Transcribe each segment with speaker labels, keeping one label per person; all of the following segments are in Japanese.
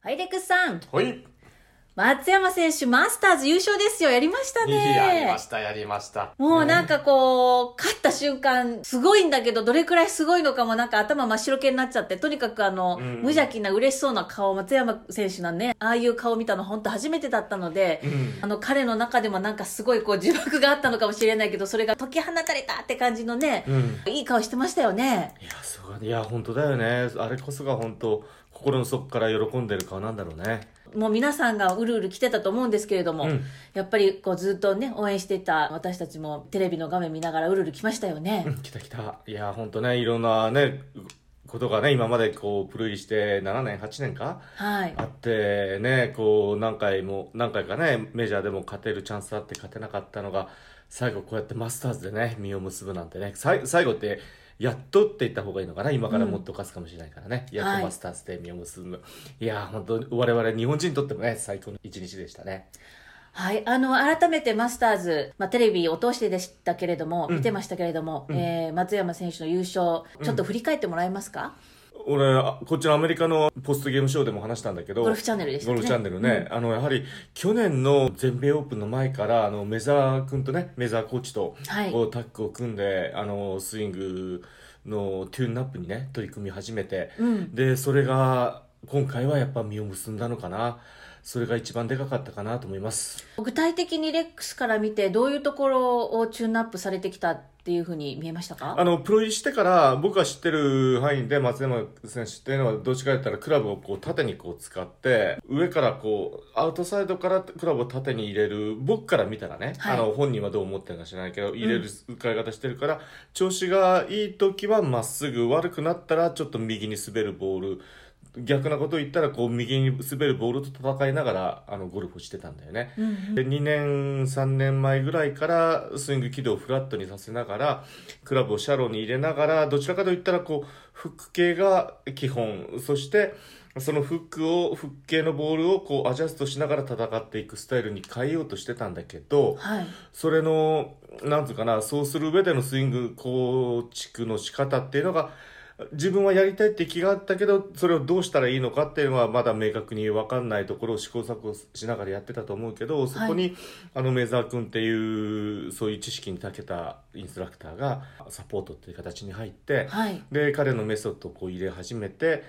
Speaker 1: ハイレックスさん、
Speaker 2: ほい。
Speaker 1: 松山選手マスターズ優勝ですよ。やりました
Speaker 2: いややり
Speaker 1: ね
Speaker 2: ま。した、やりました。
Speaker 1: もうなんかこう、勝った瞬間、すごいんだけど、どれくらいすごいのかもなんか頭真っ白けになっちゃって、とにかくあの、
Speaker 2: うん
Speaker 1: 無邪気な嬉しそうな顔、松山選手のね、ああいう顔見たの本当初めてだったので、
Speaker 2: うん。うん
Speaker 1: あの彼の中でもなんかすごいこう呪縛があったのかもしれないけど、それが解き放たれたって感じのね、
Speaker 2: うん。
Speaker 1: いい顔してましたよね。
Speaker 2: いや、そういや、本当だよね。あれこそが本当、心の底から喜んでる顔なんだろうね。
Speaker 1: もう皆さんがうるうる来てたと思うんですけれども、
Speaker 2: うん
Speaker 1: やっぱりこうずっとね、応援してた私たちもテレビの画面見ながらうるうる来ましたよね。
Speaker 2: 来た来た。いや、本当ね、いろんなね、ことがね、今までこう、プルイして7年、8年か
Speaker 1: はい。
Speaker 2: あってね、こう、何回も、何回かね、メジャーでも勝てるチャンスあって勝てなかったのが、最後こうやってマスターズでね、実を結ぶなんてね、さい最後って、やっとって言った方がいいのかな今からもっと勝つかもしれないからね。やっ
Speaker 1: はい
Speaker 2: とマスターズで実を結ぶ。い、やー、本当我々日本人にとってもね、最高の一日でしたね。
Speaker 1: はい。あの、改めてマスターズ、まあ、テレビを通してでしたけれども、
Speaker 2: うん
Speaker 1: 見てましたけれども、
Speaker 2: うん
Speaker 1: えー、松山選手の優勝、ちょっと振り返ってもらえますか、
Speaker 2: 俺、あこっちのアメリカのポストゲームショーでも話したんだけど、
Speaker 1: ゴルフチャンネルでしたね。
Speaker 2: ゴルフチャンネルね、あのやはり去年の全米オープンの前からあのメザー君とねメザーコーチと
Speaker 1: はい
Speaker 2: こうタッグを組んで、あのスイングのトゥーンアップにね取り組み始めて、
Speaker 1: うん。うん。
Speaker 2: でそれが今回はやっぱ実を結んだのかなそれが一番でかかったかなと思います
Speaker 1: 具体的にレックスから見て、どういうところをチューンアップされてきたっていうふうに見えましたか
Speaker 2: あのプロ入りしてから僕が知ってる範囲で松山選手っていうのはどっちかといったらクラブをこう縦にこう使って上からこうアウトサイドからクラブを縦に入れる僕から見たらね、
Speaker 1: はい
Speaker 2: あの本人はどう思ってるか知らないけど入れる使い方してるから、調子がいい時はまっすぐ悪くなったらちょっと右に滑るボール逆なことを言ったらこう右に滑るボールと戦いながらあのゴルフをしてたんだよね。
Speaker 1: うんうん
Speaker 2: で2年3年前ぐらいからスイング軌道をフラットにさせながらクラブをシャローに入れながらどちらかといったらこうフック系が基本そしてそのフックをフック系のボールをこうアジャストしながら戦っていくスタイルに変えようとしてたんだけど
Speaker 1: はい。
Speaker 2: それのなんつうかなそうする上でのスイング構築の仕方っていうのが自分はやりたいって気があったけどそれをどうしたらいいのかっていうのはまだ明確に分かんないところを試行錯誤しながらやってたと思うけどそこに、あの梅沢君っていうそういう知識に長けたインストラクターがサポートっていう形に入って、
Speaker 1: はい。
Speaker 2: で彼のメソッドをこう入れ始めてっ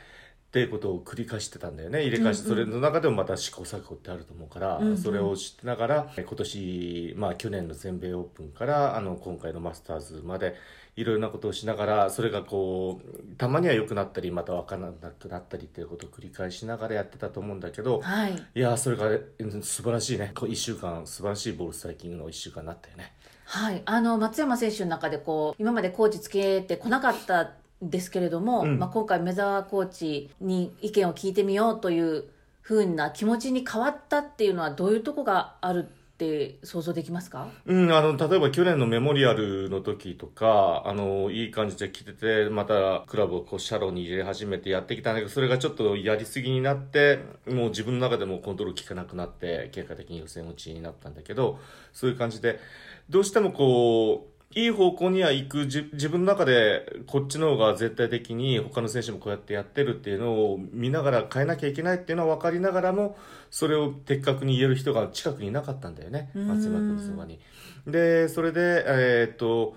Speaker 2: ていうことを繰り返してたんだよね入れ返し、
Speaker 1: うんうん
Speaker 2: それの中でもまた試行錯誤ってあると思うから、
Speaker 1: うんうん
Speaker 2: それを知ってながら今年、まあ、去年の全米オープンからあの今回のマスターズまでいろいろなことをしながらそれがこうたまには良くなったりまた分からなくなったりっていうことを繰り返しながらやってたと思うんだけど、
Speaker 1: はい。
Speaker 2: い、やーそれがうん素晴らしいねこう1週間素晴らしいボールストライキングの1週間になったよね。
Speaker 1: はい、あの松山選手の中でこう今までコーチつけてこなかったんですけれども、
Speaker 2: うん
Speaker 1: まあ、今回、目澤コーチに意見を聞いてみようというふうな気持ちに変わったっていうのはどういうとこがあるって想像できますか、
Speaker 2: うん、あの、例えば去年のメモリアルの時とか、あの、いい感じで来てて、またクラブをこう、シャローに入れ始めてやってきたんだけど、それがちょっとやりすぎになって、もう自分の中でもコントロール効かなくなって、結果的に予選落ちになったんだけど、そういう感じで、どうしてもこう、いい方向には行く、じ自分の中でこっちの方が絶対的に他の選手もこうやってやってるっていうのを見ながら変えなきゃいけないっていうのは分かりながらも、それを的確に言える人が近くにいなかったんだよね、
Speaker 1: うーん
Speaker 2: 松山君のそばに。で、それで、えーっと、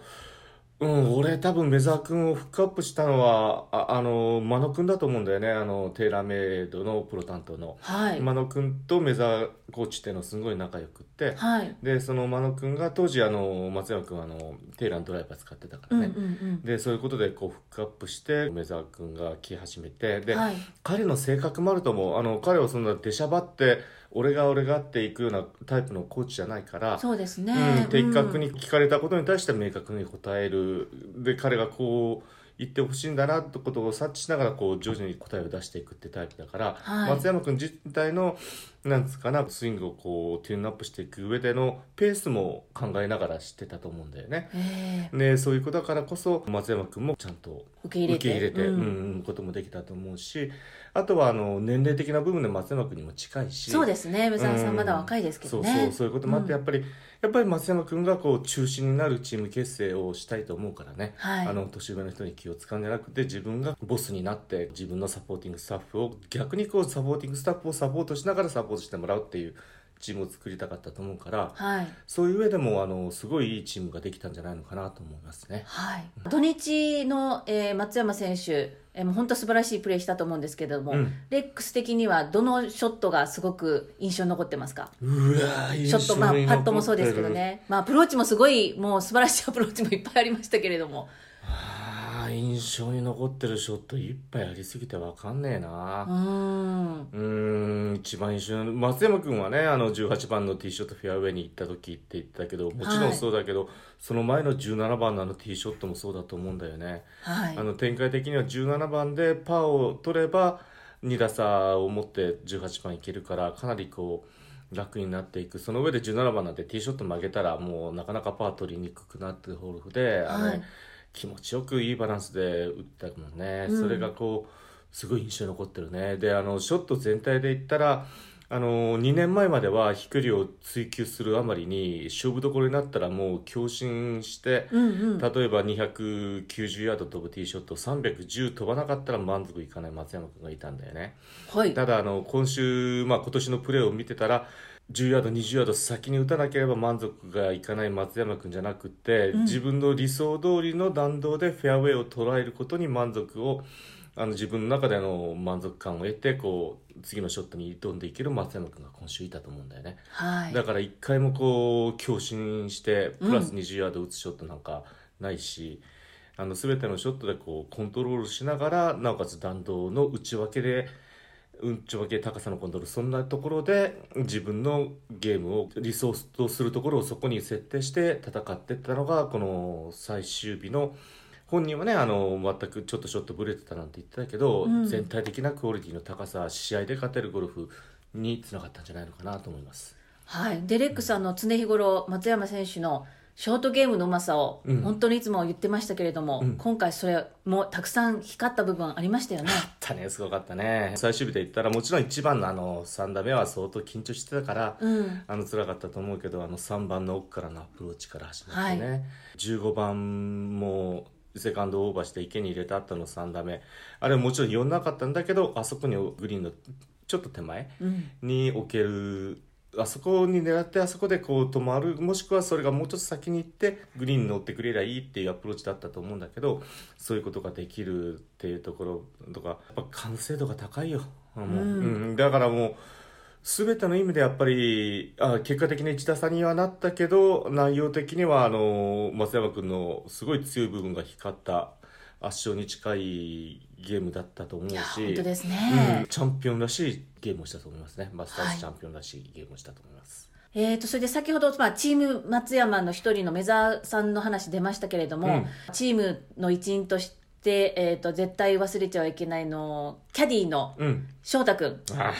Speaker 2: うん、俺多分梅沢君をフックアップしたのは、あ、あの、真野君だと思うんだよね。あの、テーラーメイドのプロ担当の。
Speaker 1: はい
Speaker 2: 真野君と梅沢コーチっていうのはすごい仲良くって。
Speaker 1: はい
Speaker 2: で、その真野君が当時、あの、松山君はあの、テーラーのドライバー使ってたか
Speaker 1: う
Speaker 2: ら
Speaker 1: んう
Speaker 2: ね。
Speaker 1: ん
Speaker 2: で、そういうことでこうフックアップして、梅沢君が来始めて、
Speaker 1: う
Speaker 2: で
Speaker 1: ん、はい
Speaker 2: 彼の性格もあると思う。あの、彼はそんな出しゃばって、俺が俺がっていくようなタイプのコーチじゃないから、
Speaker 1: そうですね、
Speaker 2: うん、的確
Speaker 1: うん
Speaker 2: に聞かれたことに対して明確に答えるで彼がこう言ってほしいんだなってことを察知しながらこう徐々に答えを出していくってタイプだから、
Speaker 1: はい
Speaker 2: 松山君自体のなんつうかなスイングをこうテューンアップしていく上でのペースも考えながら知ってたと思うんだよね。
Speaker 1: ええ
Speaker 2: でそういうことだからこそ松山君もちゃんと
Speaker 1: 受け入れ
Speaker 2: 受
Speaker 1: て
Speaker 2: け入れて、う
Speaker 1: うんん
Speaker 2: うんこともできたと思うしあとはあの年齢的な部分で松山君にも近いし
Speaker 1: そうですね、梅澤さんまだ若いですけどね。
Speaker 2: そうそうそういうこともあって、
Speaker 1: うん
Speaker 2: やっぱりやっぱり松山君がこう中心になるチーム結成をしたいと思うからね、
Speaker 1: はい
Speaker 2: あの年上の人に気を使うんじゃなくて自分がボスになって自分のサポーティングスタッフを逆にこうサポーティングスタッフをサポートしながらサポートしてもらうっていうチームを作りたかったと思うから
Speaker 1: はい
Speaker 2: そういう上でもあのすごいいいチームができたんじゃないのかなと思いますね。
Speaker 1: はい、土日の、えー松山選手、えーもう本当素晴らしいプレーしたと思うんですけれども、
Speaker 2: うん
Speaker 1: レックス的にはどのショットがすごく印象に残ってますか
Speaker 2: うわ
Speaker 1: ショット、まあ、パットもそうですけど。ね、まあ、アプローチもすごいもう素晴らしいアプローチもいっぱいありましたけれども、
Speaker 2: ああ印象に残ってるショットいっぱいありすぎてわかんねえな。
Speaker 1: うーん
Speaker 2: うーん一番印象に松山君はねあの18番のティーショットフェアウェイに行った時って言ってたけどもちろんそうだけど、その前の17番のあのティーショットもそうだと思うんだよね、
Speaker 1: はい
Speaker 2: あの展開的には17番でパーを取れば2打差を持って18番いけるからかなりこう楽になっていくその上で17番なんてティーショット曲げたらもうなかなかパー取りにくくなってるホールで、あ
Speaker 1: は
Speaker 2: の
Speaker 1: い
Speaker 2: 気持ちよくいいバランスで打ったもんね、
Speaker 1: うん
Speaker 2: それがこうすごい印象に残ってるねであのショット全体で言ったらあの2年前までは飛距離を追求するあまりに勝負どころになったらもう強振して、
Speaker 1: うんうん
Speaker 2: 例えば290ヤード飛ぶティーショット310飛ばなかったら満足いかない松山君がいたんだよね
Speaker 1: はい
Speaker 2: ただあの今週、まあ、今年のプレーを見てたら10ヤード20ヤード先に打たなければ満足がいかない松山君じゃなくて、
Speaker 1: ん
Speaker 2: 自分の理想通りの弾道でフェアウェイを捉えることに満足をあの自分の中での満足感を得てこう次のショットに挑んでいける松山君が今週いたと思うんだよね。
Speaker 1: はい
Speaker 2: だから一回もこう強振して
Speaker 1: うん
Speaker 2: プラス20ヤード打つショットなんかないし、あの全てのショットでこうコントロールしながらなおかつ弾道の内訳で内訳高さのコントロールそんなところで自分のゲームをリソースとするところをそこに設定して戦ってったのがこの最終日の本人はねあの全くちょっとショットブレてたなんて言ってたけど、
Speaker 1: うん
Speaker 2: 全体的なクオリティの高さ試合で勝てるゴルフにつながったんじゃないのかなと思います。
Speaker 1: はい、デレックさんの常日頃松山選手のショートゲームのうまさを
Speaker 2: うん
Speaker 1: 本当にいつも言ってましたけれども、
Speaker 2: うん
Speaker 1: 今回それもたくさん光った部分ありましたよね。
Speaker 2: あったねすごかったね最終日で言ったらもちろん1番のあの3打目は相当緊張してたから、
Speaker 1: うん、
Speaker 2: あの辛かったと思うけどあの3番の奥からのアプローチから始まってね、15番もセカンドオーバーして池に入れた後の3打目あれもちろん4なかったんだけどあそこにグリーンのちょっと手前
Speaker 1: うん、
Speaker 2: に置けるあそこに狙ってあそこでこう止まるもしくはそれがもうちょっと先に行ってグリーンに乗ってくれりゃいいっていうアプローチだったと思うんだけどそういうことができるっていうところとかやっぱ完成度が高いよもう、
Speaker 1: うん
Speaker 2: うんだからもう全ての意味でやっぱりあ結果的に1打差にはなったけど内容的にはあの松山君のすごい強い部分が光った圧勝に近いゲームだったと思う
Speaker 1: い
Speaker 2: し
Speaker 1: や本当ですね、
Speaker 2: うんチャンピオンらしいゲームをしたと思いますね。マスターズチャンピオンらしいゲームをしたと思います。
Speaker 1: えー、とそれで先ほど、まあ、チーム松山の一人の目澤さんの話出ましたけれども、
Speaker 2: うん
Speaker 1: チームの一員として、えー、と絶対忘れちゃいけないのキャディーの
Speaker 2: うん。
Speaker 1: 翔太君
Speaker 2: ああ、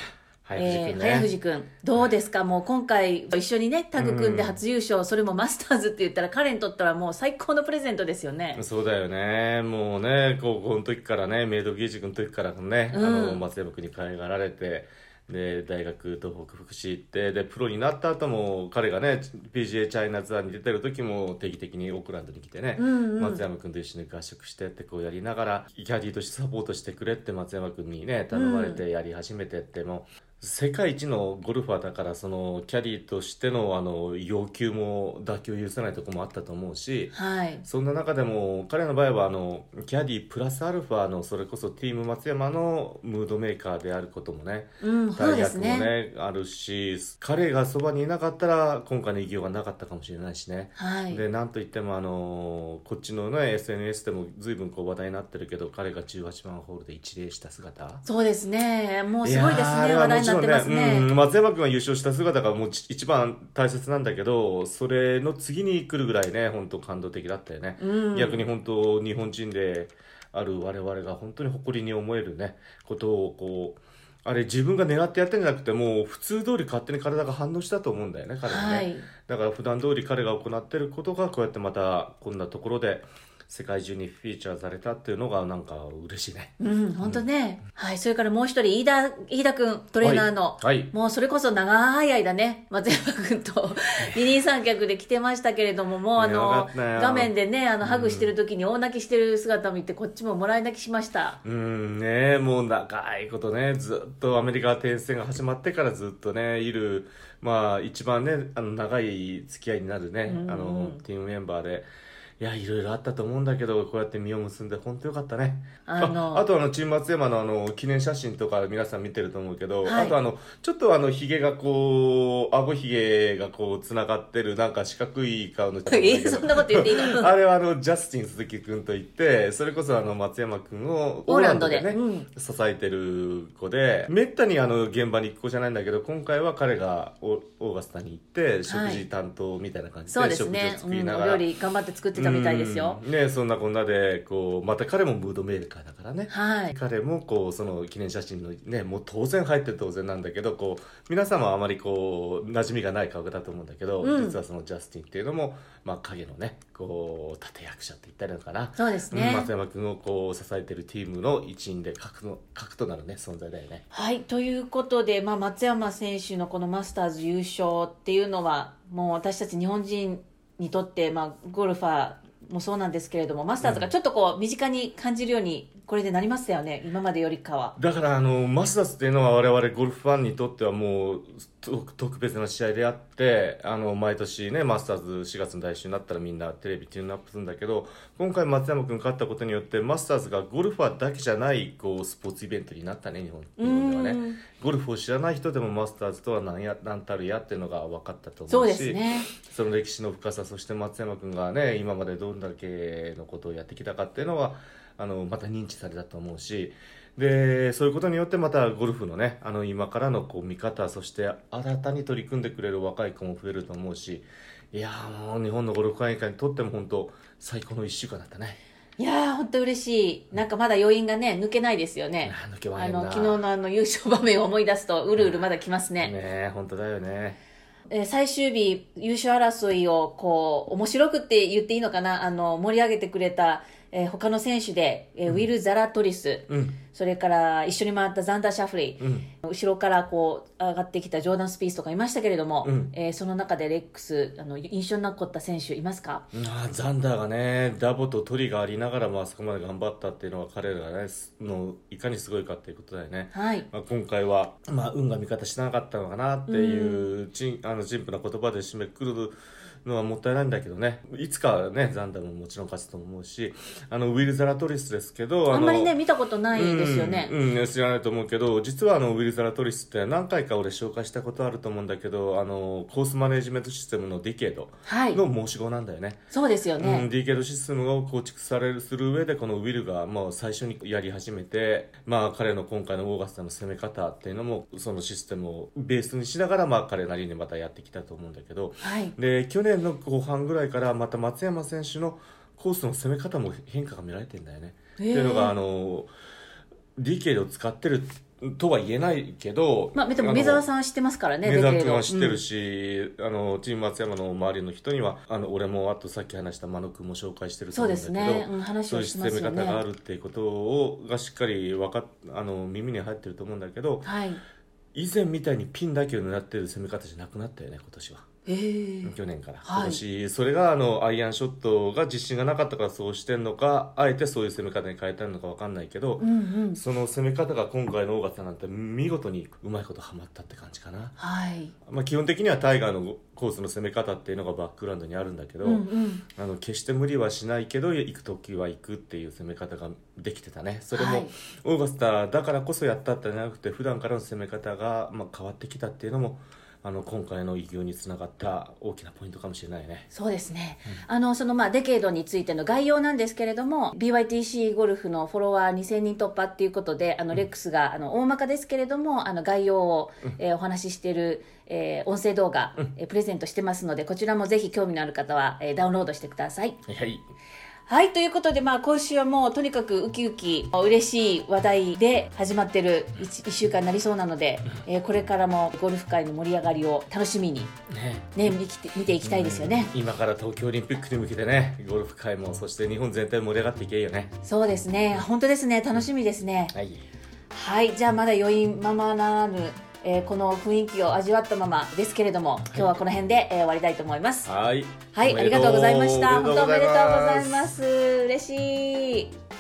Speaker 2: 早藤
Speaker 1: え
Speaker 2: 君
Speaker 1: ー
Speaker 2: ね。
Speaker 1: 早藤君、どうですか、もう今回、一緒にね、タッグ組んで初優勝、それもマスターズって言ったら、彼にとったらもう最高のプレゼントですよね。
Speaker 2: そうだよね。もうね、高校の時からね、メイド義塾の時からね、
Speaker 1: うん
Speaker 2: あの、松山君に可愛がられて、で、大学東北福祉行って、で、プロになった後も、彼がね、PGA チャイナツアーに出てる時も定期的にオークランドに来てね、
Speaker 1: うんうん
Speaker 2: 松山君と一緒に合宿してってこうやりながら、キャディーとしてサポートしてくれって松山君にね、頼まれてやり始めてっても、世界一のゴルファーだから、その、キャディーとしての、あの、要求も妥協許さないとこもあったと思うし、
Speaker 1: はい、
Speaker 2: そんな中でも彼の場合はあのキャディプラスアルファのそれこそティーム松山のムードメーカーであることもね
Speaker 1: うん、そう
Speaker 2: 大
Speaker 1: で
Speaker 2: 役
Speaker 1: す
Speaker 2: も
Speaker 1: ね。
Speaker 2: ねあるし彼がそばにいなかったら今回の偉業がなかったかもしれないしね。
Speaker 1: はい、
Speaker 2: でなんといってもあのこっちのね SNS でも随分こう話題になってるけど彼が18番ホールで一礼した姿
Speaker 1: そうですね、もうすごいです
Speaker 2: やーあ
Speaker 1: ね、
Speaker 2: れ
Speaker 1: 話題
Speaker 2: はも
Speaker 1: に
Speaker 2: ち
Speaker 1: なっ
Speaker 2: ろん
Speaker 1: てますね。
Speaker 2: うん、松山君が優勝した姿がもうち一番大切なんだけどそれの次に来るぐらいね本当感動的だったよね、
Speaker 1: うん
Speaker 2: 逆に本当日本人である我々が本当に誇りに思えるねことをこうあれ自分が狙ってやってんじゃなくてもう普通通り勝手に体が反応したと思うんだよね彼はね、
Speaker 1: はい
Speaker 2: だから普段通り彼が行っていることがこうやってまたこんなところで世界中にフィーチャーされたっていうのがなんか嬉しいね。
Speaker 1: うん、本当ね、はい、それからもう一人、飯田、飯田くん、トレーナーの、
Speaker 2: はいはい
Speaker 1: もうそれこそ長い間ね、松山くん と二人三脚で来てましたけれども、もうあ
Speaker 2: ねよか
Speaker 1: の
Speaker 2: っ、たよ
Speaker 1: 画面でね、あの、ハグしてる時に大泣きしてる姿を見て、こっちももらい泣きしました。
Speaker 2: うんねもう長いことねずっとアメリカ転戦が始まってからずっとねいるまあ一番ねあの長い付き合いになるね、あのティームメンバーでいやいろいろあったと思うんだけどこうやって実を結んで本当よかったね
Speaker 1: あの
Speaker 2: あとあのチーム松山のあの記念写真とか皆さん見てると思うけど、
Speaker 1: はい
Speaker 2: あとあのちょっとあのひげがこう顎ひげがこうつながってるなんか四角い顔 の
Speaker 1: え、そんなこと言っていい の
Speaker 2: あれはあのジャスティン鈴木君といってそれこそあの松山君を
Speaker 1: オーランドで
Speaker 2: ね、
Speaker 1: うん
Speaker 2: 支えてる子でめったにあの現場に行く子じゃないんだけど今回は彼がオオーガスタに行って食事担当みたいな感じで、
Speaker 1: そうです
Speaker 2: 食事
Speaker 1: ね
Speaker 2: を、
Speaker 1: う
Speaker 2: 作り
Speaker 1: ん、
Speaker 2: な
Speaker 1: お
Speaker 2: がら、
Speaker 1: 料理頑張って作ってたみたいですよ。
Speaker 2: うんねそんなこんなでこうまた彼もムードメーカーだからね、
Speaker 1: はい。
Speaker 2: 彼もこうその記念写真のねもう当然入ってる当然なんだけどこう皆様はあまりこう馴染みがない顔だと思うんだけど、
Speaker 1: うん
Speaker 2: 実はそのジャスティンっていうのも、まあ、影のねこう立役者って言ったらいいのかな、
Speaker 1: そうです
Speaker 2: うん
Speaker 1: ね。
Speaker 2: 松山君をこう支えてるチームの一員で核の核となるね存在だよね。
Speaker 1: はい、ということで、まあ、松山選手のこのマスターズ優勝っていうのは、もう私たち日本人にとって、まあ、ゴルファーもそうなんですけれども、マスターズがちょっとこう、身近に感じるように、これでなりましたよね、今までよりかは。
Speaker 2: だからあのマスターズっていうのは我々ゴルフファンにとってはもうと特別な試合であってあの毎年ねマスターズ4月の第1週になったらみんなテレビチューンアップするんだけど今回松山君勝ったことによってマスターズがゴルファーだけじゃないこうスポーツイベントになったね日本日本で
Speaker 1: う
Speaker 2: は
Speaker 1: ん
Speaker 2: ねゴルフを知らない人でもマスターズとは何や何たるやっていうのが分かったと
Speaker 1: そ
Speaker 2: 思
Speaker 1: う
Speaker 2: う
Speaker 1: で
Speaker 2: し
Speaker 1: すね。
Speaker 2: その歴史の深さそして松山君がね今までどんだけのことをやってきたかっていうのはあのまた認知されたと思うしでそういうことによってまたゴルフのねあの今からのこう見方そして新たに取り組んでくれる若い子も増えると思うしいやーもう日本のゴルフ会員会にとっても本当最高の1週間だったね。
Speaker 1: いやー、本当嬉しい。なんかまだ余韻がね、抜けないですよ ね。
Speaker 2: あー抜けま
Speaker 1: あ
Speaker 2: へんな
Speaker 1: の、昨日のあの優勝場面を思い出すと、うるうるまだ来ますね。
Speaker 2: ねえ本当だよね。
Speaker 1: えー最終日優勝争いをこう面白くって言っていいのかなあの盛り上げてくれた、えー他の選手で、えーウィル・ザラトリス、
Speaker 2: うん
Speaker 1: それから一緒に回ったザンダー・シャフリー、
Speaker 2: うん
Speaker 1: 後ろからこう上がってきたジョーダン・スピースとかいましたけれども、
Speaker 2: うん
Speaker 1: えーその中でレックスあの印象に残った選手いますか
Speaker 2: あーザンダーがねダボとトリがありながらもあそこまで頑張ったっていうのは彼らがねすのいかにすごいかっていうことだよね。
Speaker 1: はい
Speaker 2: まあ、今回は、まあ、運が味方しなかったのかなっていうちんあの陳腐な言葉で締めくくるのはもったいないんだけどねいつかはねザンダーももちろん勝つと思うしあのウィル・ザラトリスですけど
Speaker 1: あんまりね
Speaker 2: の
Speaker 1: 見たことないですよね、
Speaker 2: うん、うん知らないと思うけど実はあのウィル・ザラトリスって何回か俺紹介したことあると思うんだけどあのコースマネジメントシステムのディケード
Speaker 1: はい
Speaker 2: の申し子なんだよね。
Speaker 1: そうですよ
Speaker 2: うん、
Speaker 1: ね、
Speaker 2: ディケードシステムを構築されるする上でこのウィルがもう最初にやり始めて、まあ、彼の今回のオーガスタの攻め方っていうのもそのシステムをベースにしながら、まあ、彼なりにまたやってきたと思うんだけど
Speaker 1: はい
Speaker 2: で去年の後半ぐらいからまた松山選手のコースの攻め方も変化が見られてんだよね。
Speaker 1: へー
Speaker 2: っていうのがあのディケードを使ってるとは言えないけど、
Speaker 1: まあでも
Speaker 2: あの
Speaker 1: 梅沢さんは知ってますからね
Speaker 2: メ
Speaker 1: デ
Speaker 2: ザン
Speaker 1: ケー
Speaker 2: 君
Speaker 1: ド
Speaker 2: は知ってるし、あのチーム松山の周りの人にはあの俺もあとさっき話した真野君も紹介してると
Speaker 1: そう
Speaker 2: 思う
Speaker 1: で
Speaker 2: んだけ
Speaker 1: す
Speaker 2: ど
Speaker 1: ね、うん、話
Speaker 2: そう
Speaker 1: を
Speaker 2: いう
Speaker 1: してます
Speaker 2: 攻め
Speaker 1: よね
Speaker 2: 方があるっていうことをがしっかりわかっあの耳に入ってると思うんだけど
Speaker 1: はい
Speaker 2: 以前みたいにピンだけを狙ってる攻め方じゃなくなったよね今年は。
Speaker 1: えー
Speaker 2: 去年から、
Speaker 1: はい
Speaker 2: 今年それがあのアイアンショットが自信がなかったからそうしてんのかあえてそういう攻め方に変えたのかわかんないけど、
Speaker 1: うんうん
Speaker 2: その攻め方が今回のオーガスタなんて見事にうまいことはまったって感じかな。
Speaker 1: はい
Speaker 2: まあ、基本的にはタイガーのコースの攻め方っていうのがバックグラウンドにあるんだけど、
Speaker 1: うんうん
Speaker 2: あの決して無理はしないけど行く時は行くっていう攻め方ができてたねそれ
Speaker 1: はい
Speaker 2: もオーガスタだからこそやったってじゃなくて普段からの攻め方が、まあ、変わってきたっていうのもあの今回の偉業につながった大きなポイントかもしれないね。
Speaker 1: そうですね、あのそのまあデケードについての概要なんですけれども BYTC ゴルフのフォロワー2000人突破っていうことであのレックスがあの大まかですけれどもあの概要を、えーお話ししている、えー音声動画、えープレゼントしてますのでこちらもぜひ興味のある方は、えーダウンロードしてください。
Speaker 2: はい
Speaker 1: はい、ということで、まあ、今週はもうとにかくウキウキ、嬉しい話題で始まってる 1, 週間になりそうなので、えーこれからもゴルフ界の盛り上がりを楽しみに、
Speaker 2: ね
Speaker 1: ね、見きて見ていきたいですよね。
Speaker 2: 今から東京オリンピックに向けてねゴルフ界もそして日本全体盛り上がっていけばいいよね
Speaker 1: そうですね、本当ですね、楽しみですね。
Speaker 2: はい
Speaker 1: はい、じゃあまだ余韻ままならぬ、えーこの雰囲気を味わったままですけれども、今日はこの辺で、えー終わりたいと思います。
Speaker 2: はい
Speaker 1: はい、ありがとうございました。
Speaker 2: お
Speaker 1: 本
Speaker 2: めで
Speaker 1: 当おめでとうご
Speaker 2: す
Speaker 1: ざいます。嬉しい。